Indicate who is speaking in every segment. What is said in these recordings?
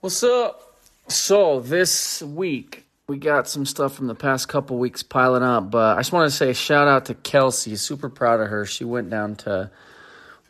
Speaker 1: What's up? So this week we got some stuff from the past couple weeks piling up, but I just want to say a shout out to Kelsey. Super proud of her. She went down to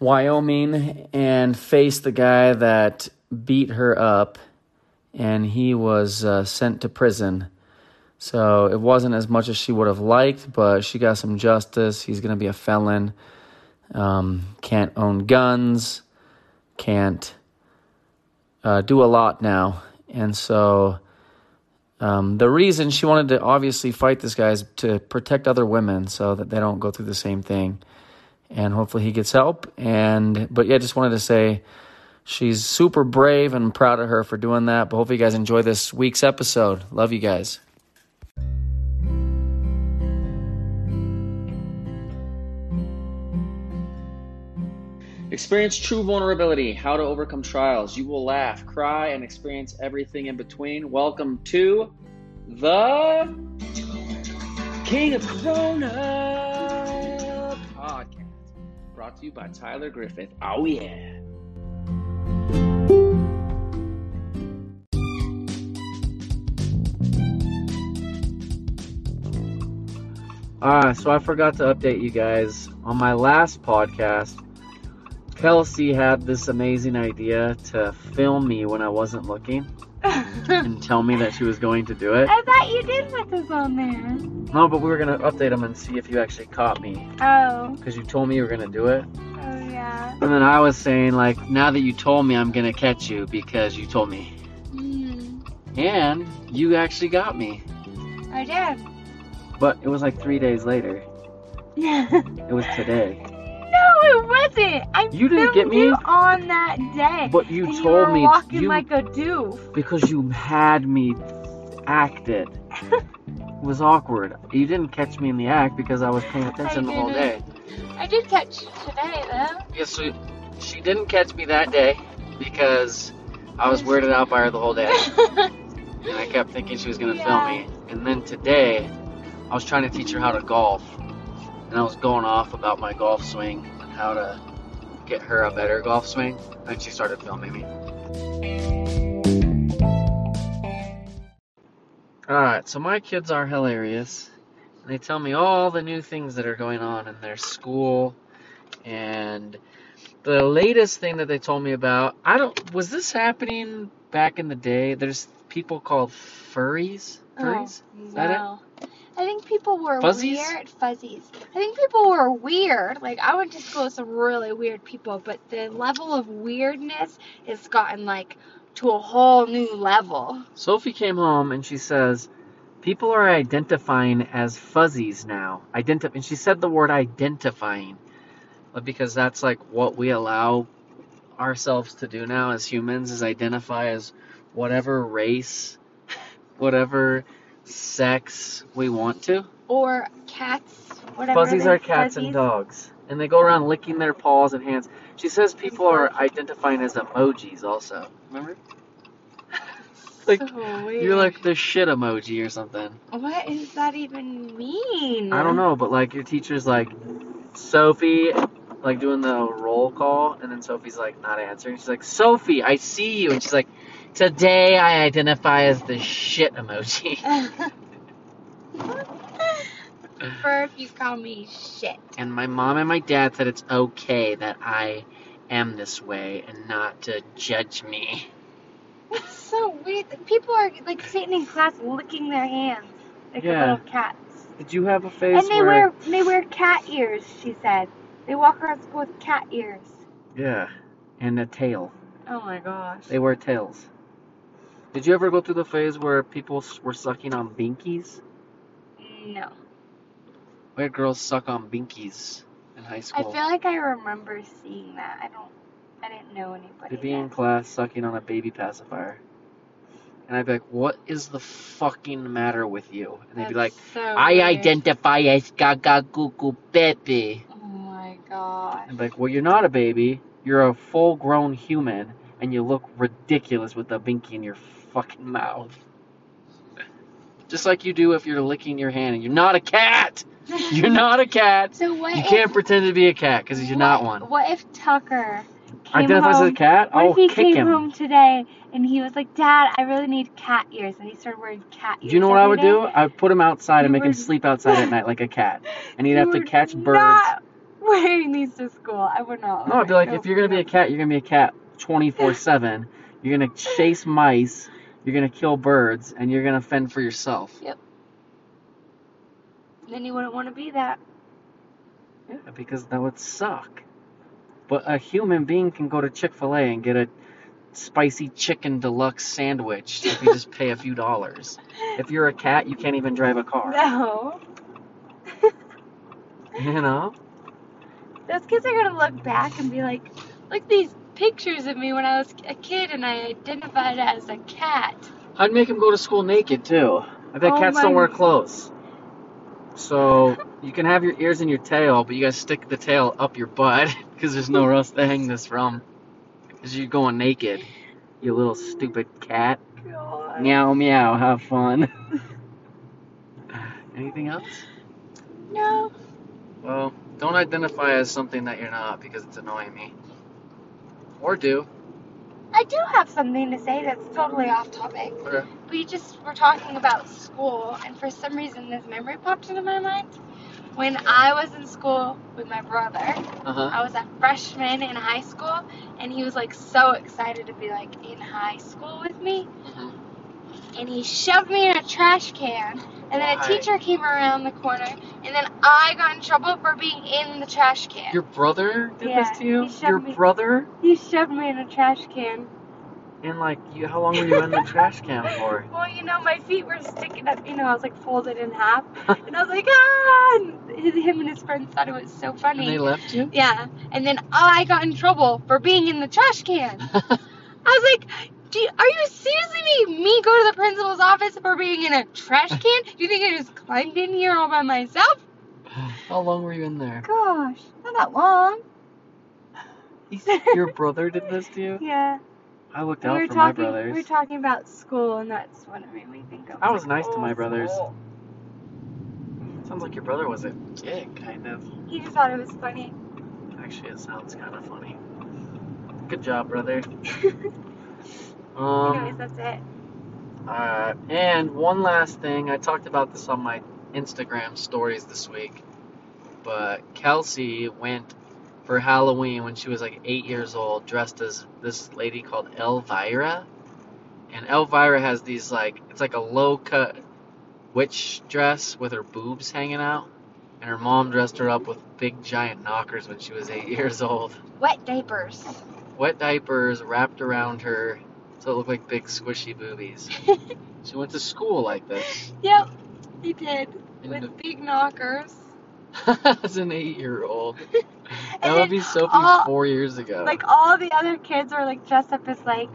Speaker 1: Wyoming and faced the guy that beat her up, and he was uh, sent to prison. So it wasn't as much as she would have liked, but she got some justice. He's gonna be a felon. Um, can't own guns. Can't uh, do a lot now. And so um, the reason she wanted to obviously fight this guy is to protect other women so that they don't go through the same thing. And hopefully he gets help. And but yeah, just wanted to say she's super brave and proud of her for doing that. But hopefully you guys enjoy this week's episode. Love you guys. Experience true vulnerability, how to overcome trials. You will laugh, cry, and experience everything in between. Welcome to the King of Corona podcast, brought to you by Tyler Griffith. Oh, yeah. Uh, so I forgot to update you guys on my last podcast. Kelsey had this amazing idea to film me when I wasn't looking
Speaker 2: I
Speaker 1: and tell me that she was going to do it.
Speaker 2: thought you did put this on there.
Speaker 1: No, but we were gonna update them and see if you actually caught me
Speaker 2: Oh.
Speaker 1: because you told me you were gonna do it,
Speaker 2: Oh, yeah.
Speaker 1: and then I was saying like, now that you told me, I'm gonna catch you because you told me,
Speaker 2: Mm,
Speaker 1: and you actually got me.
Speaker 2: I
Speaker 1: But it was like three days later.
Speaker 2: did.
Speaker 1: It was today.
Speaker 2: no, it wasn't. I
Speaker 1: You didn't
Speaker 2: filmed
Speaker 1: get me?
Speaker 2: you on that day.
Speaker 1: But you
Speaker 2: and you
Speaker 1: told
Speaker 2: were
Speaker 1: me
Speaker 2: walking
Speaker 1: you
Speaker 2: like a doof.
Speaker 1: because you had me acted. It was awkward. You didn't catch me in the act because I was paying attention the whole day.
Speaker 2: didn't. I did catch you today though.
Speaker 1: Yeah, so she didn't catch me that day because I was weirded out by her the whole day. and I kept thinking she was gonna
Speaker 2: Yeah.
Speaker 1: film me. And then today, I was trying to teach her how to golf, and I was going off about my golf swing and how to get her a better golf swing. And she started filming me. All right, so my kids are hilarious. They tell me all the new things that are going on in their school, and the latest thing that they told me about. I don't. Was this happening back in the day? There's people called furries. Furries.
Speaker 2: Oh,
Speaker 1: that it?
Speaker 2: no. I think people were
Speaker 1: Fuzzies?
Speaker 2: weird. Fuzzies. I think people were weird. Like I went to school with some really weird people, but the level of weirdness has gotten like to a whole new level.
Speaker 1: Sophie came home and she says, "People are identifying as fuzzies now." Identi- and she said the word identifying, uh, because that's like what we allow ourselves to do now as humans is identify as whatever race, whatever sex we want to.
Speaker 2: Or cats. Whatever.
Speaker 1: Fuzzies
Speaker 2: they-
Speaker 1: are cats and
Speaker 2: fuzzies.
Speaker 1: dogs, and they go around licking their paws and hands. She says people are identifying as emojis also. Remember? like
Speaker 2: So weird.
Speaker 1: you're like the shit emoji or something.
Speaker 2: What does that even mean?
Speaker 1: I don't know, but like your teacher's like Sophie, like doing the roll call, and then Sophie's like not answering. She's like Sophie, I see you, and she's like, today I identify as the shit emoji.
Speaker 2: prefer if you call me shit.
Speaker 1: And my mom and my dad said it's okay that I am this way and not to judge me.
Speaker 2: That's so weird. that People are like sitting in class licking their hands like
Speaker 1: Yeah.
Speaker 2: little cats.
Speaker 1: Did you have a face
Speaker 2: And they wear they wear cat ears. She said they walk around school with cat ears.
Speaker 1: yeah, and a tail?
Speaker 2: Oh my gosh.
Speaker 1: They wear tails. Did you ever go through the phase where people s- were sucking on binkies?
Speaker 2: No,
Speaker 1: We had girls suck on binkies in high
Speaker 2: I
Speaker 1: school.
Speaker 2: feel like I remember seeing that. I don't. I didn't know anybody.
Speaker 1: They'd be in
Speaker 2: that-
Speaker 1: class sucking on a baby pacifier, and I'd be like, "What is the fucking matter with you?" And they'd be like,
Speaker 2: That's so
Speaker 1: "I
Speaker 2: weird.
Speaker 1: identify as Gaga Gugu Pepe."
Speaker 2: Oh my gosh.
Speaker 1: And be like, well, you're not a baby. You're a full grown human, and you look ridiculous with a binky in your fucking mouth. Just like you do if you're licking your hand, and you're not a cat! You're not a cat!
Speaker 2: so what?
Speaker 1: You
Speaker 2: if-
Speaker 1: can't pretend to be a cat because you're not
Speaker 2: what-
Speaker 1: one.
Speaker 2: What if Tucker came
Speaker 1: Identifies
Speaker 2: home.
Speaker 1: as a cat?
Speaker 2: What
Speaker 1: I'll
Speaker 2: if he
Speaker 1: kick
Speaker 2: came
Speaker 1: him.
Speaker 2: home today and he was like, Dad, I really need cat ears? And he started wearing cat ears.
Speaker 1: Do you know what I
Speaker 2: every
Speaker 1: would
Speaker 2: day?
Speaker 1: do? I would put him outside
Speaker 2: You
Speaker 1: and make him
Speaker 2: were-
Speaker 1: sleep outside at night like a cat. And he'd have
Speaker 2: You
Speaker 1: to
Speaker 2: were
Speaker 1: catch birds.
Speaker 2: Not wearing these to school. I would not.
Speaker 1: No, I'd be like, if you're gonna be a cat, you're gonna be a cat 24/7. You're gonna chase mice. You're gonna kill birds, and you're gonna fend for yourself.
Speaker 2: Then you wouldn't want to be that.
Speaker 1: Yeah, because that would suck. But a human being can go to Chick Fil A and get a spicy chicken deluxe sandwich if you just pay a few dollars. If you're a cat, you can't even drive a car.
Speaker 2: No.
Speaker 1: You know?
Speaker 2: Those kids are gonna look back and be like, look at these pictures of me when I was a kid and I identified as a cat.
Speaker 1: I'd make him go to school naked too. I bet
Speaker 2: Oh
Speaker 1: cats
Speaker 2: my-
Speaker 1: don't wear clothes. So you can have your ears and your tail, but you gotta stick the tail up your butt because there's nowhere else to hang this from. Cause you're going naked, you little stupid cat.
Speaker 2: God.
Speaker 1: Meow meow. Have fun. Anything else?
Speaker 2: No.
Speaker 1: Well, don't identify as something that you're not because it's annoying me. Or do.
Speaker 2: I do have something to say that's totally off topic.
Speaker 1: Okay.
Speaker 2: We just were talking about school, and for some reason, this memory popped into my mind. When I was in school with my brother,
Speaker 1: Uh huh.
Speaker 2: I was a freshman in high school, and he was like so excited to be like in high school with me. And he shoved me in a trash can, and then
Speaker 1: Mm-hmm. Why?
Speaker 2: a teacher came around the corner, and then I got in trouble for being in the trash can.
Speaker 1: Your brother did
Speaker 2: Yeah,
Speaker 1: this to you.
Speaker 2: he shoved
Speaker 1: Your
Speaker 2: me-
Speaker 1: brother.
Speaker 2: He shoved me in a trash can.
Speaker 1: And like, you, how long were you in the trash can for?
Speaker 2: Well, you know, my feet were sticking up. You know, I was like folded in half, and I was like, ah! And his, him and his friends thought it was so
Speaker 1: And
Speaker 2: funny.
Speaker 1: they left you?
Speaker 2: yeah, and then oh, I got in trouble for being in the trash can. I was like, Do you, are you seriously making me go to the principal's office for being in a trash can? Do you think I just climbed in here all by myself?
Speaker 1: How long were you in there?
Speaker 2: Gosh, not that long.
Speaker 1: Your brother did this to you?
Speaker 2: yeah,
Speaker 1: I looked
Speaker 2: we
Speaker 1: out
Speaker 2: were
Speaker 1: for my
Speaker 2: talking. We
Speaker 1: brothers.
Speaker 2: were talking about school, and that's what it made me think of.
Speaker 1: I was
Speaker 2: like,
Speaker 1: nice to
Speaker 2: oh,
Speaker 1: my brothers.
Speaker 2: school.
Speaker 1: Sounds like your brother was a dick, kind of.
Speaker 2: He just thought it was funny.
Speaker 1: Actually, it sounds kind of funny. Good job, brother.
Speaker 2: Anyways,
Speaker 1: Um,
Speaker 2: that's it.
Speaker 1: uh, and one last thing, I talked about this on my Instagram stories this week, but Kelsey went for Halloween when she was like eight years old, dressed as this lady called Elvira. And Elvira has these like it's like a low cut witch dress with her boobs hanging out. And her mom dressed her up with big giant knockers when she was eight years old.
Speaker 2: Wet diapers.
Speaker 1: Wet diapers wrapped around her so it looked like big squishy boobies. She went to school like this.
Speaker 2: yep, he did.
Speaker 1: And
Speaker 2: With big knockers.
Speaker 1: as an eight year old. That
Speaker 2: And
Speaker 1: would
Speaker 2: then
Speaker 1: be Sophie
Speaker 2: all-
Speaker 1: four years ago.
Speaker 2: Like all the other kids are like dressed up as like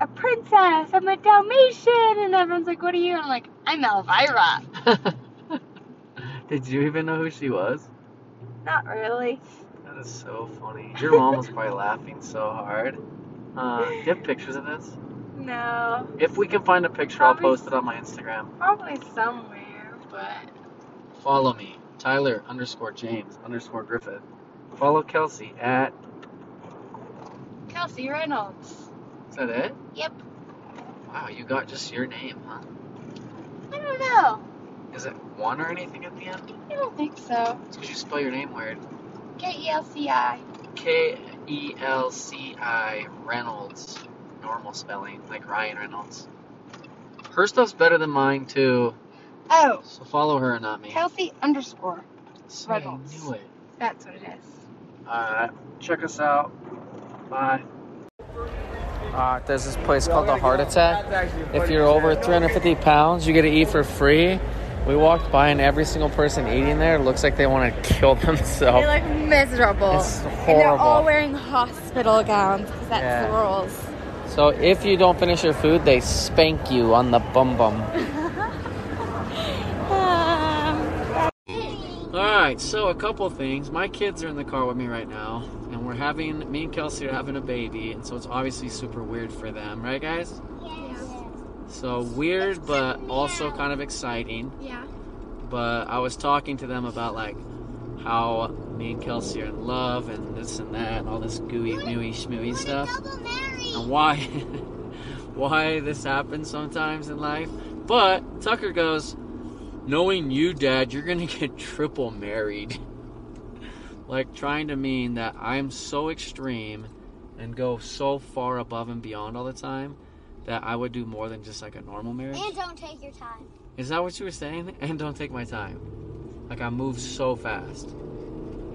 Speaker 2: a princess. I'm a Dalmatian, and everyone's like, "What are you?" And I'm like, "I'm Elvira."
Speaker 1: Did you even know who she was?
Speaker 2: Not really.
Speaker 1: That is so funny. Your mom was probably laughing so hard. Uh, do you have pictures of this?
Speaker 2: No,
Speaker 1: If we can find a picture, I'll
Speaker 2: Probably-
Speaker 1: post it on my Instagram.
Speaker 2: probably somewhere, but
Speaker 1: Follow me, Tyler underscore James underscore Griffith. Follow Kelsey at.
Speaker 2: Kelsey Reynolds.
Speaker 1: Is that it?
Speaker 2: Yep.
Speaker 1: Wow, you got just your name, huh?
Speaker 2: I don't know.
Speaker 1: Is it one or anything at the end?
Speaker 2: I don't think so.
Speaker 1: It's because you spell your name weird.
Speaker 2: K E L C I.
Speaker 1: K E L C I Reynolds. Normal spelling, like Ryan Reynolds. Her stuff's better than mine, too.
Speaker 2: Oh,
Speaker 1: So follow her and not me.
Speaker 2: Kelsey underscore.
Speaker 1: See, I
Speaker 2: Reynolds.
Speaker 1: knew it.
Speaker 2: That's what it is.
Speaker 1: Uh, check us out. Bye.
Speaker 3: Uh, there's this place called the Heart Attack. If you're over 350 pounds, you get to eat for free. We walked by and every single person eating there looks like they want to kill
Speaker 4: They
Speaker 3: themselves.
Speaker 4: look miserable.
Speaker 3: It's
Speaker 4: And they're all
Speaker 3: horrible.
Speaker 4: wearing hospital gowns because that's the
Speaker 3: Yeah.
Speaker 4: rules.
Speaker 3: So if you don't finish your food, they spank you on the bum bum.
Speaker 4: Um,
Speaker 1: All right, so a couple things. My kids are in the car with me right now, and we're having me and Kelsey are having a baby, and so it's obviously super weird for them, right, guys? So weird, but also kind of exciting.
Speaker 4: yeah.
Speaker 1: But I was talking to them about like how me and Kelsey are in love and this and that and all this gooey, mooey, schmooey stuff. And why, why this happens sometimes in life. But Tucker goes, knowing you, Dad, you're gonna get triple married. like trying to mean that I'm so extreme and go so far above and beyond all the time that I would do more than just like a normal marriage.
Speaker 5: And don't take your time.
Speaker 1: Is that what you were saying? And don't take my time. Like I move so fast.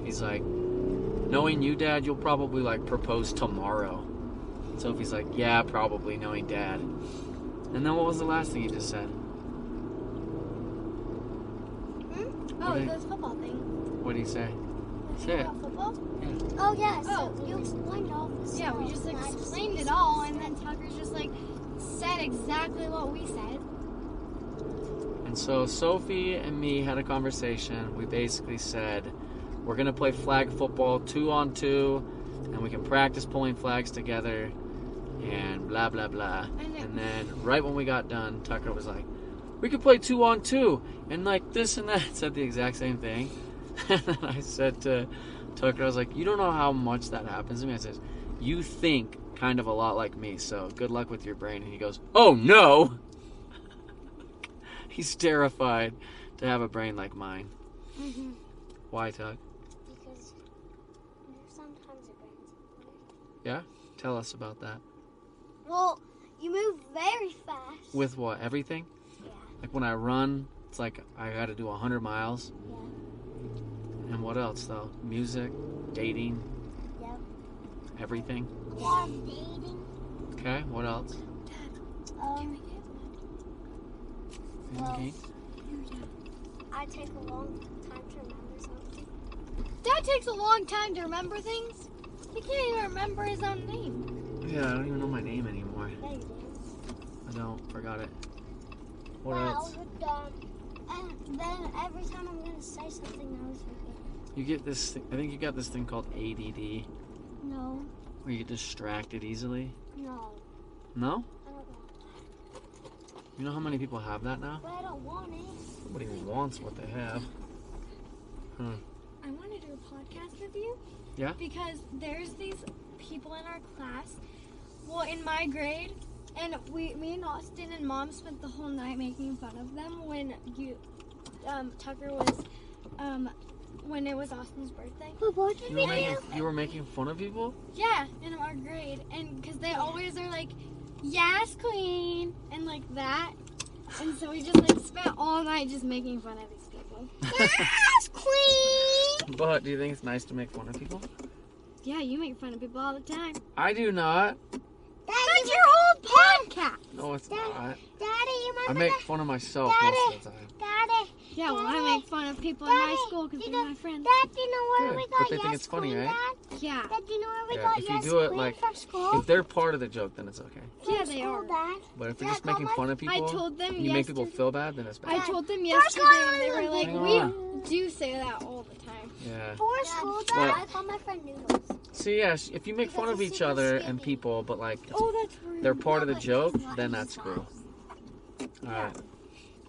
Speaker 1: He's like, knowing you, Dad, you'll probably like propose tomorrow. So if he's like, yeah, probably, knowing Dad. And then what was the last thing you just said?
Speaker 5: Oh,
Speaker 1: Okay.
Speaker 5: those football thing.
Speaker 1: What did he say? Say it.
Speaker 5: Football? Oh, yes.
Speaker 6: Oh.
Speaker 5: you explained all this.
Speaker 6: Yeah, we
Speaker 5: stuff,
Speaker 6: just
Speaker 5: and I
Speaker 6: explained it all, and then Tucker's just like said exactly what we said.
Speaker 1: And so Sophie and me had a conversation. We basically said, we're going to play flag football two on two, and we can practice pulling flags together, and blah, blah, blah.
Speaker 6: And then-
Speaker 1: And then right when we got done, Tucker was like, we could play two on two, and like this and that. Said the exact same thing. and then I said to Tucker, I was like, you don't know how much that happens to me. I said, you think kind of a lot like me, so good luck with your brain. And he goes, oh no! He's terrified to have a brain like mine.
Speaker 5: Mm-hmm.
Speaker 1: Why, Tuck?
Speaker 5: Because sometimes it rains.
Speaker 1: Tell us about that.
Speaker 5: Well, you move very fast.
Speaker 1: With what? Everything?
Speaker 5: Yeah.
Speaker 1: Like when I run, it's like I got to do 100 miles.
Speaker 5: Yeah.
Speaker 1: And what else, though? Music, dating,
Speaker 5: Yep.
Speaker 1: everything.
Speaker 5: Yeah, dating.
Speaker 1: Okay, what else?
Speaker 5: Um, Well-
Speaker 1: Okay.
Speaker 5: I take a long time to remember something.
Speaker 6: Dad takes a long time to remember things. He can't even remember his own name.
Speaker 1: Yeah, I don't even know my name anymore.
Speaker 5: No, you didn't.
Speaker 1: I don't. Forgot it. What
Speaker 5: Wow,
Speaker 1: else?
Speaker 5: you're dumb. um, And then every time I'm gonna say something, I was forget.
Speaker 1: You get this. Thing, I think you got this thing called ADD,
Speaker 5: No,
Speaker 1: where you get distracted easily.
Speaker 5: no,
Speaker 1: No?
Speaker 5: I don't want.
Speaker 1: You know how many people have that now?
Speaker 5: But I don't want it.
Speaker 1: Nobody wants what they have.
Speaker 6: I want to do a podcast with you.
Speaker 1: Yeah?
Speaker 6: Because there's these people in our class, well, in my grade, and we, me and Austin and Mom spent the whole night making fun of them when you, um, Tucker was, um, when it was Austin's birthday.
Speaker 5: But what did
Speaker 1: You were, making, you were making fun of people?
Speaker 6: Yeah, in our grade, and because they always are like, "Yes, queen," and like that, and so we just like spent all night just making fun of these people. yes, queen.
Speaker 1: But do you think it's nice to make fun of people?
Speaker 6: Yeah, you make fun of people all the time.
Speaker 1: I do not.
Speaker 6: That's your whole podcast.
Speaker 1: No, it's
Speaker 5: Daddy.
Speaker 1: not.
Speaker 5: Daddy, you
Speaker 1: I
Speaker 5: remember
Speaker 1: make fun of myself most of the time.
Speaker 5: that? Daddy,
Speaker 6: Yeah, well, I make fun of people in
Speaker 5: Daddy,
Speaker 6: my school because
Speaker 5: you
Speaker 6: they're
Speaker 5: know-
Speaker 6: my friends.
Speaker 5: Dad, do you know where
Speaker 1: Good,
Speaker 5: we
Speaker 1: but
Speaker 5: got
Speaker 1: they think
Speaker 5: yes
Speaker 1: it's funny,
Speaker 5: queen,
Speaker 1: right?
Speaker 6: Yeah,
Speaker 5: Dad? Dad, do you know where we
Speaker 1: Yeah,
Speaker 5: got
Speaker 1: if you
Speaker 5: yes
Speaker 1: do it,
Speaker 5: queen
Speaker 1: like,
Speaker 5: from school?
Speaker 1: If they're part of the joke, then it's okay.
Speaker 6: yeah,
Speaker 5: From
Speaker 6: they
Speaker 5: school,
Speaker 6: are.
Speaker 5: Dad.
Speaker 1: But if they're
Speaker 5: Yeah,
Speaker 1: just making
Speaker 5: Mama,
Speaker 1: fun of people,
Speaker 6: I told them
Speaker 1: you make people
Speaker 6: yesterday-
Speaker 1: feel bad, then it's
Speaker 6: I
Speaker 1: bad.
Speaker 6: told them
Speaker 5: That's
Speaker 6: yesterday,
Speaker 5: why I
Speaker 6: and they were like,
Speaker 5: remember.
Speaker 6: "We do say that all the time."
Speaker 1: yeah.
Speaker 5: For school, Dad.
Speaker 1: Well-
Speaker 5: I call my friend Noodles.
Speaker 1: So yeah, sh- if you make
Speaker 5: Because
Speaker 1: fun of
Speaker 5: it's
Speaker 1: each
Speaker 5: super
Speaker 1: other and
Speaker 5: skippy.
Speaker 1: people, but like it's-
Speaker 6: Oh, that's rude.
Speaker 1: they're part of the
Speaker 5: but
Speaker 1: joke,
Speaker 5: it's not
Speaker 1: then
Speaker 5: his
Speaker 1: that's cool.
Speaker 5: fault.
Speaker 1: All right,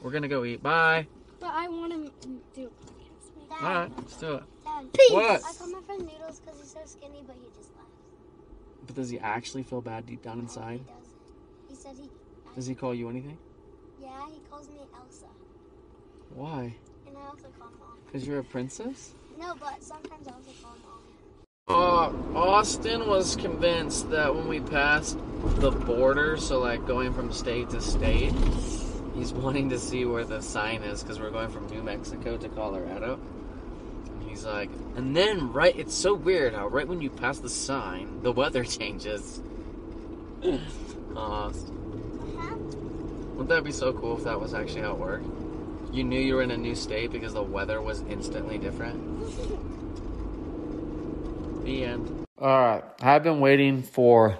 Speaker 1: we're gonna go eat. Bye.
Speaker 6: But I want to do a podcast. with
Speaker 5: Dad,
Speaker 1: All right, let's do it.
Speaker 5: Dad.
Speaker 1: What?
Speaker 5: I call my friend Noodles because he's so skinny, but he just laughs.
Speaker 1: But does he actually feel bad deep down
Speaker 5: He
Speaker 1: inside?
Speaker 5: doesn't. He said he.
Speaker 1: Does he call you anything?
Speaker 5: Yeah, he calls me Elsa,
Speaker 1: Why?
Speaker 5: and I also call mom.
Speaker 1: Cause you're a princess.
Speaker 5: No, but sometimes I also call mom.
Speaker 1: Uh, Austin was convinced that when we passed the border, so like going from state to state, he's wanting to see where the sign is because we're going from New Mexico to Colorado. And he's like, and then right, it's so weird how right when you pass the sign, the weather changes. Uh,
Speaker 5: Uh-huh.
Speaker 1: wouldn't that be so cool if that was actually how it worked? You knew you were in a new state because the weather was instantly different. the end. All right. I've been waiting for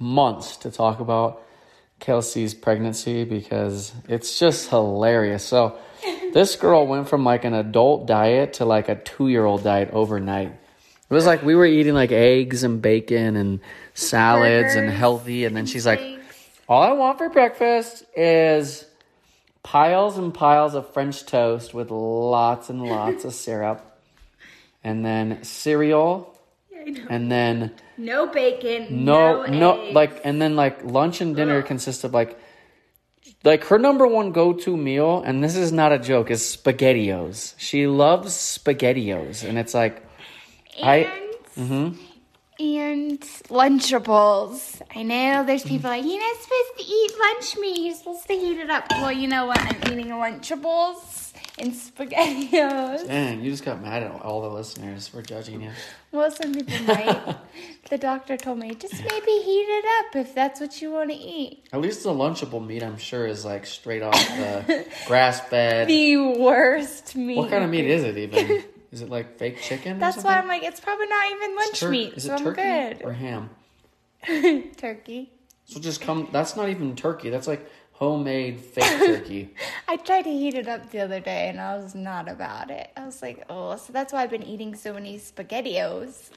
Speaker 1: months to talk about Kelsey's pregnancy because it's just hilarious. So, this girl went from like an adult diet to like a two year old diet overnight. It was like we were eating like eggs and bacon and salads and
Speaker 7: Burgers
Speaker 1: healthy. And then she's like, all I want for breakfast is piles and piles of French toast with lots and lots of syrup and then cereal, and then
Speaker 8: No bacon.
Speaker 1: no, no,
Speaker 8: eggs.
Speaker 1: like, and then like lunch and dinner consist of like, like her number one go to meal, and this is not a joke, is SpaghettiOs. She loves SpaghettiOs, and it's like, I, Mm-hmm.
Speaker 8: and Lunchables. I know there's people like you're not supposed to eat lunch meat. You're supposed to heat it up. Well, you know what? I'm eating Lunchables and SpaghettiOs.
Speaker 1: man, you just got mad at all the listeners for judging you.
Speaker 8: Well, some people might. the doctor told me just maybe heat it up if that's what you want to eat.
Speaker 1: At least the Lunchable meat, I'm sure, is like straight off the grass bed.
Speaker 8: The worst meat.
Speaker 1: What kind of meat is it even? Is it like fake chicken? or
Speaker 8: That's why
Speaker 1: something?
Speaker 8: I'm like it's probably not even lunch
Speaker 1: Tur-
Speaker 8: meat,
Speaker 1: Is
Speaker 8: so
Speaker 1: it
Speaker 8: I'm
Speaker 1: turkey or
Speaker 8: good.
Speaker 1: ham?
Speaker 8: turkey.
Speaker 1: So just come. That's not even turkey. That's like homemade fake turkey.
Speaker 8: I tried to heat it up the other day and I was not about it. I was like, oh, so that's why I've been eating so many spaghettios.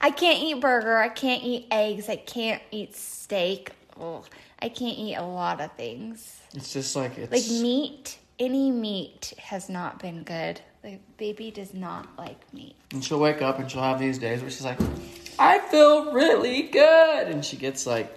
Speaker 8: I can't eat burger. I can't eat eggs. I can't eat steak. Oh, I can't eat a lot of things.
Speaker 1: It's just like it's
Speaker 8: Like meat, any meat has not been good. Like, baby does not like meat.
Speaker 1: And she'll wake up and she'll have these days where she's like, I feel really good. And she gets like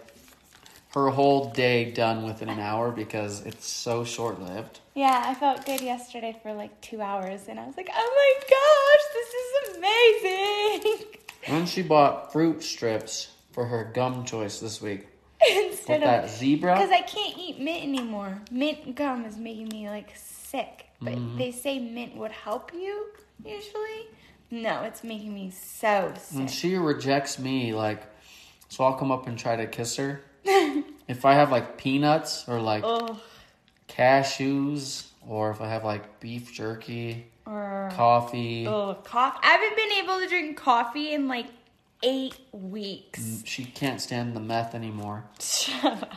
Speaker 1: her whole day done within an hour because it's so short lived.
Speaker 8: Yeah, I felt good yesterday for like two hours and I was like, oh my gosh, this is amazing.
Speaker 1: And she bought fruit strips for her gum choice this week.
Speaker 8: Instead
Speaker 1: With that zebra.
Speaker 8: Because I can't eat mint anymore. Mint gum is making me like sick. But
Speaker 1: Mm-hmm.
Speaker 8: they say mint would help you usually. No, it's making me so
Speaker 1: And
Speaker 8: sick.
Speaker 1: she rejects me, like, so I'll come up and try to kiss her. if I have like peanuts or like
Speaker 8: Ugh.
Speaker 1: cashews, or if I have like beef jerky,
Speaker 8: Or
Speaker 1: coffee,
Speaker 8: oh, coffee. I haven't been able to drink coffee in like eight weeks.
Speaker 1: she can't stand the meth anymore.
Speaker 8: Shut up.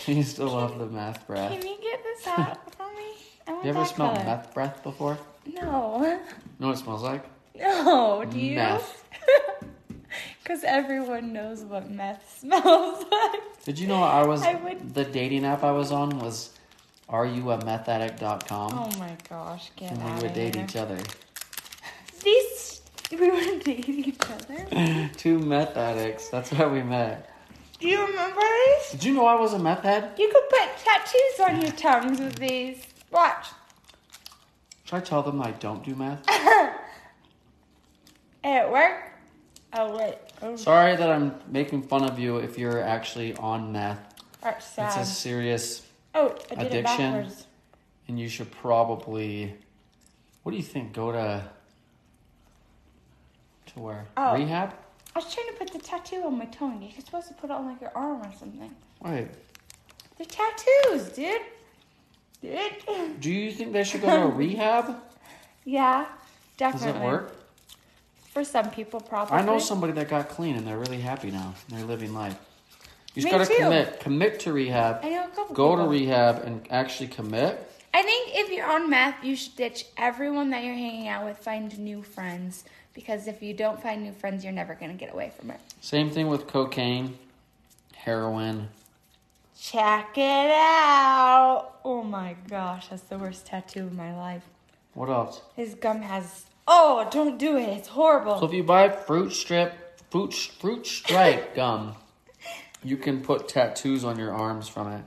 Speaker 1: She used to love the meth
Speaker 8: Can
Speaker 1: breath.
Speaker 8: you get this out for me? I want
Speaker 1: You ever
Speaker 8: that
Speaker 1: smelled
Speaker 8: color.
Speaker 1: meth breath before?
Speaker 8: No.
Speaker 1: You know what it smells like?
Speaker 8: No, Oh, do you?
Speaker 1: Meth.
Speaker 8: Because everyone knows what meth smells like.
Speaker 1: Did you know I was
Speaker 8: I would-
Speaker 1: the dating app I was on was areyouamethoddict.com
Speaker 8: Oh my gosh, get
Speaker 1: and
Speaker 8: out
Speaker 1: we would
Speaker 8: of
Speaker 1: date
Speaker 8: here.
Speaker 1: each other.
Speaker 8: These we were dating each other.
Speaker 1: Two meth addicts. That's how we met.
Speaker 8: Do you remember these?
Speaker 1: Did you know I was a meth head?
Speaker 8: You could put tattoos on your tongues with these. Watch.
Speaker 1: Should I tell them I don't do meth?
Speaker 8: It worked. Oh wait. Oh,
Speaker 1: Sorry that I'm making fun of you if you're actually on meth.
Speaker 8: that's
Speaker 1: It's
Speaker 8: sad.
Speaker 1: a serious,
Speaker 8: oh, I did it
Speaker 1: addiction.
Speaker 8: backwards.
Speaker 1: and you should probably. What do you think? Go to. To where?
Speaker 8: Oh.
Speaker 1: Rehab?
Speaker 8: I was trying to put the tattoo on my tongue. You're supposed to put it on like your arm or something.
Speaker 1: Wait.
Speaker 8: They're tattoos, dude. Dude.
Speaker 1: Do you think they should go to rehab?
Speaker 8: Yeah,
Speaker 1: Does
Speaker 8: definitely.
Speaker 1: it work?
Speaker 8: For some people, probably.
Speaker 1: I know somebody that got clean and they're really happy now. They're living life. You just
Speaker 8: Me
Speaker 1: gotta
Speaker 8: too.
Speaker 1: commit. Commit to rehab.
Speaker 8: I know a couple
Speaker 1: Go to
Speaker 8: people.
Speaker 1: rehab and actually commit.
Speaker 8: I think if you're on meth, you should ditch everyone that you're hanging out with, find new friends. Because if you don't find new friends, you're never going to get away from it.
Speaker 1: Same thing with cocaine, heroin.
Speaker 8: Check it out. Oh my gosh, that's the worst tattoo of my life.
Speaker 1: What else?
Speaker 8: His gum has. Oh, don't do it. It's horrible.
Speaker 1: So if you buy fruit strip, fruit fruit stripe gum, you can put tattoos on your arms from it.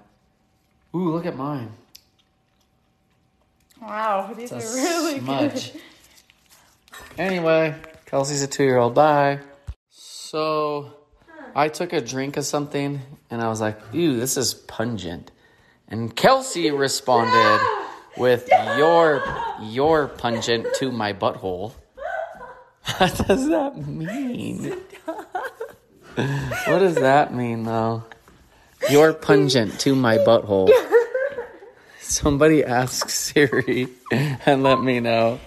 Speaker 1: Ooh, look at mine.
Speaker 8: wow, these are
Speaker 1: It's a
Speaker 8: really good.
Speaker 1: smudge. Anyway, Kelsey's a two-year-old. Bye. So, I took a drink of something and I was like, "Ew, this is pungent." And Kelsey responded with your your pungent to my butthole. What does that mean? What does that mean, though? Your pungent to my butthole. Somebody ask Siri and let me know.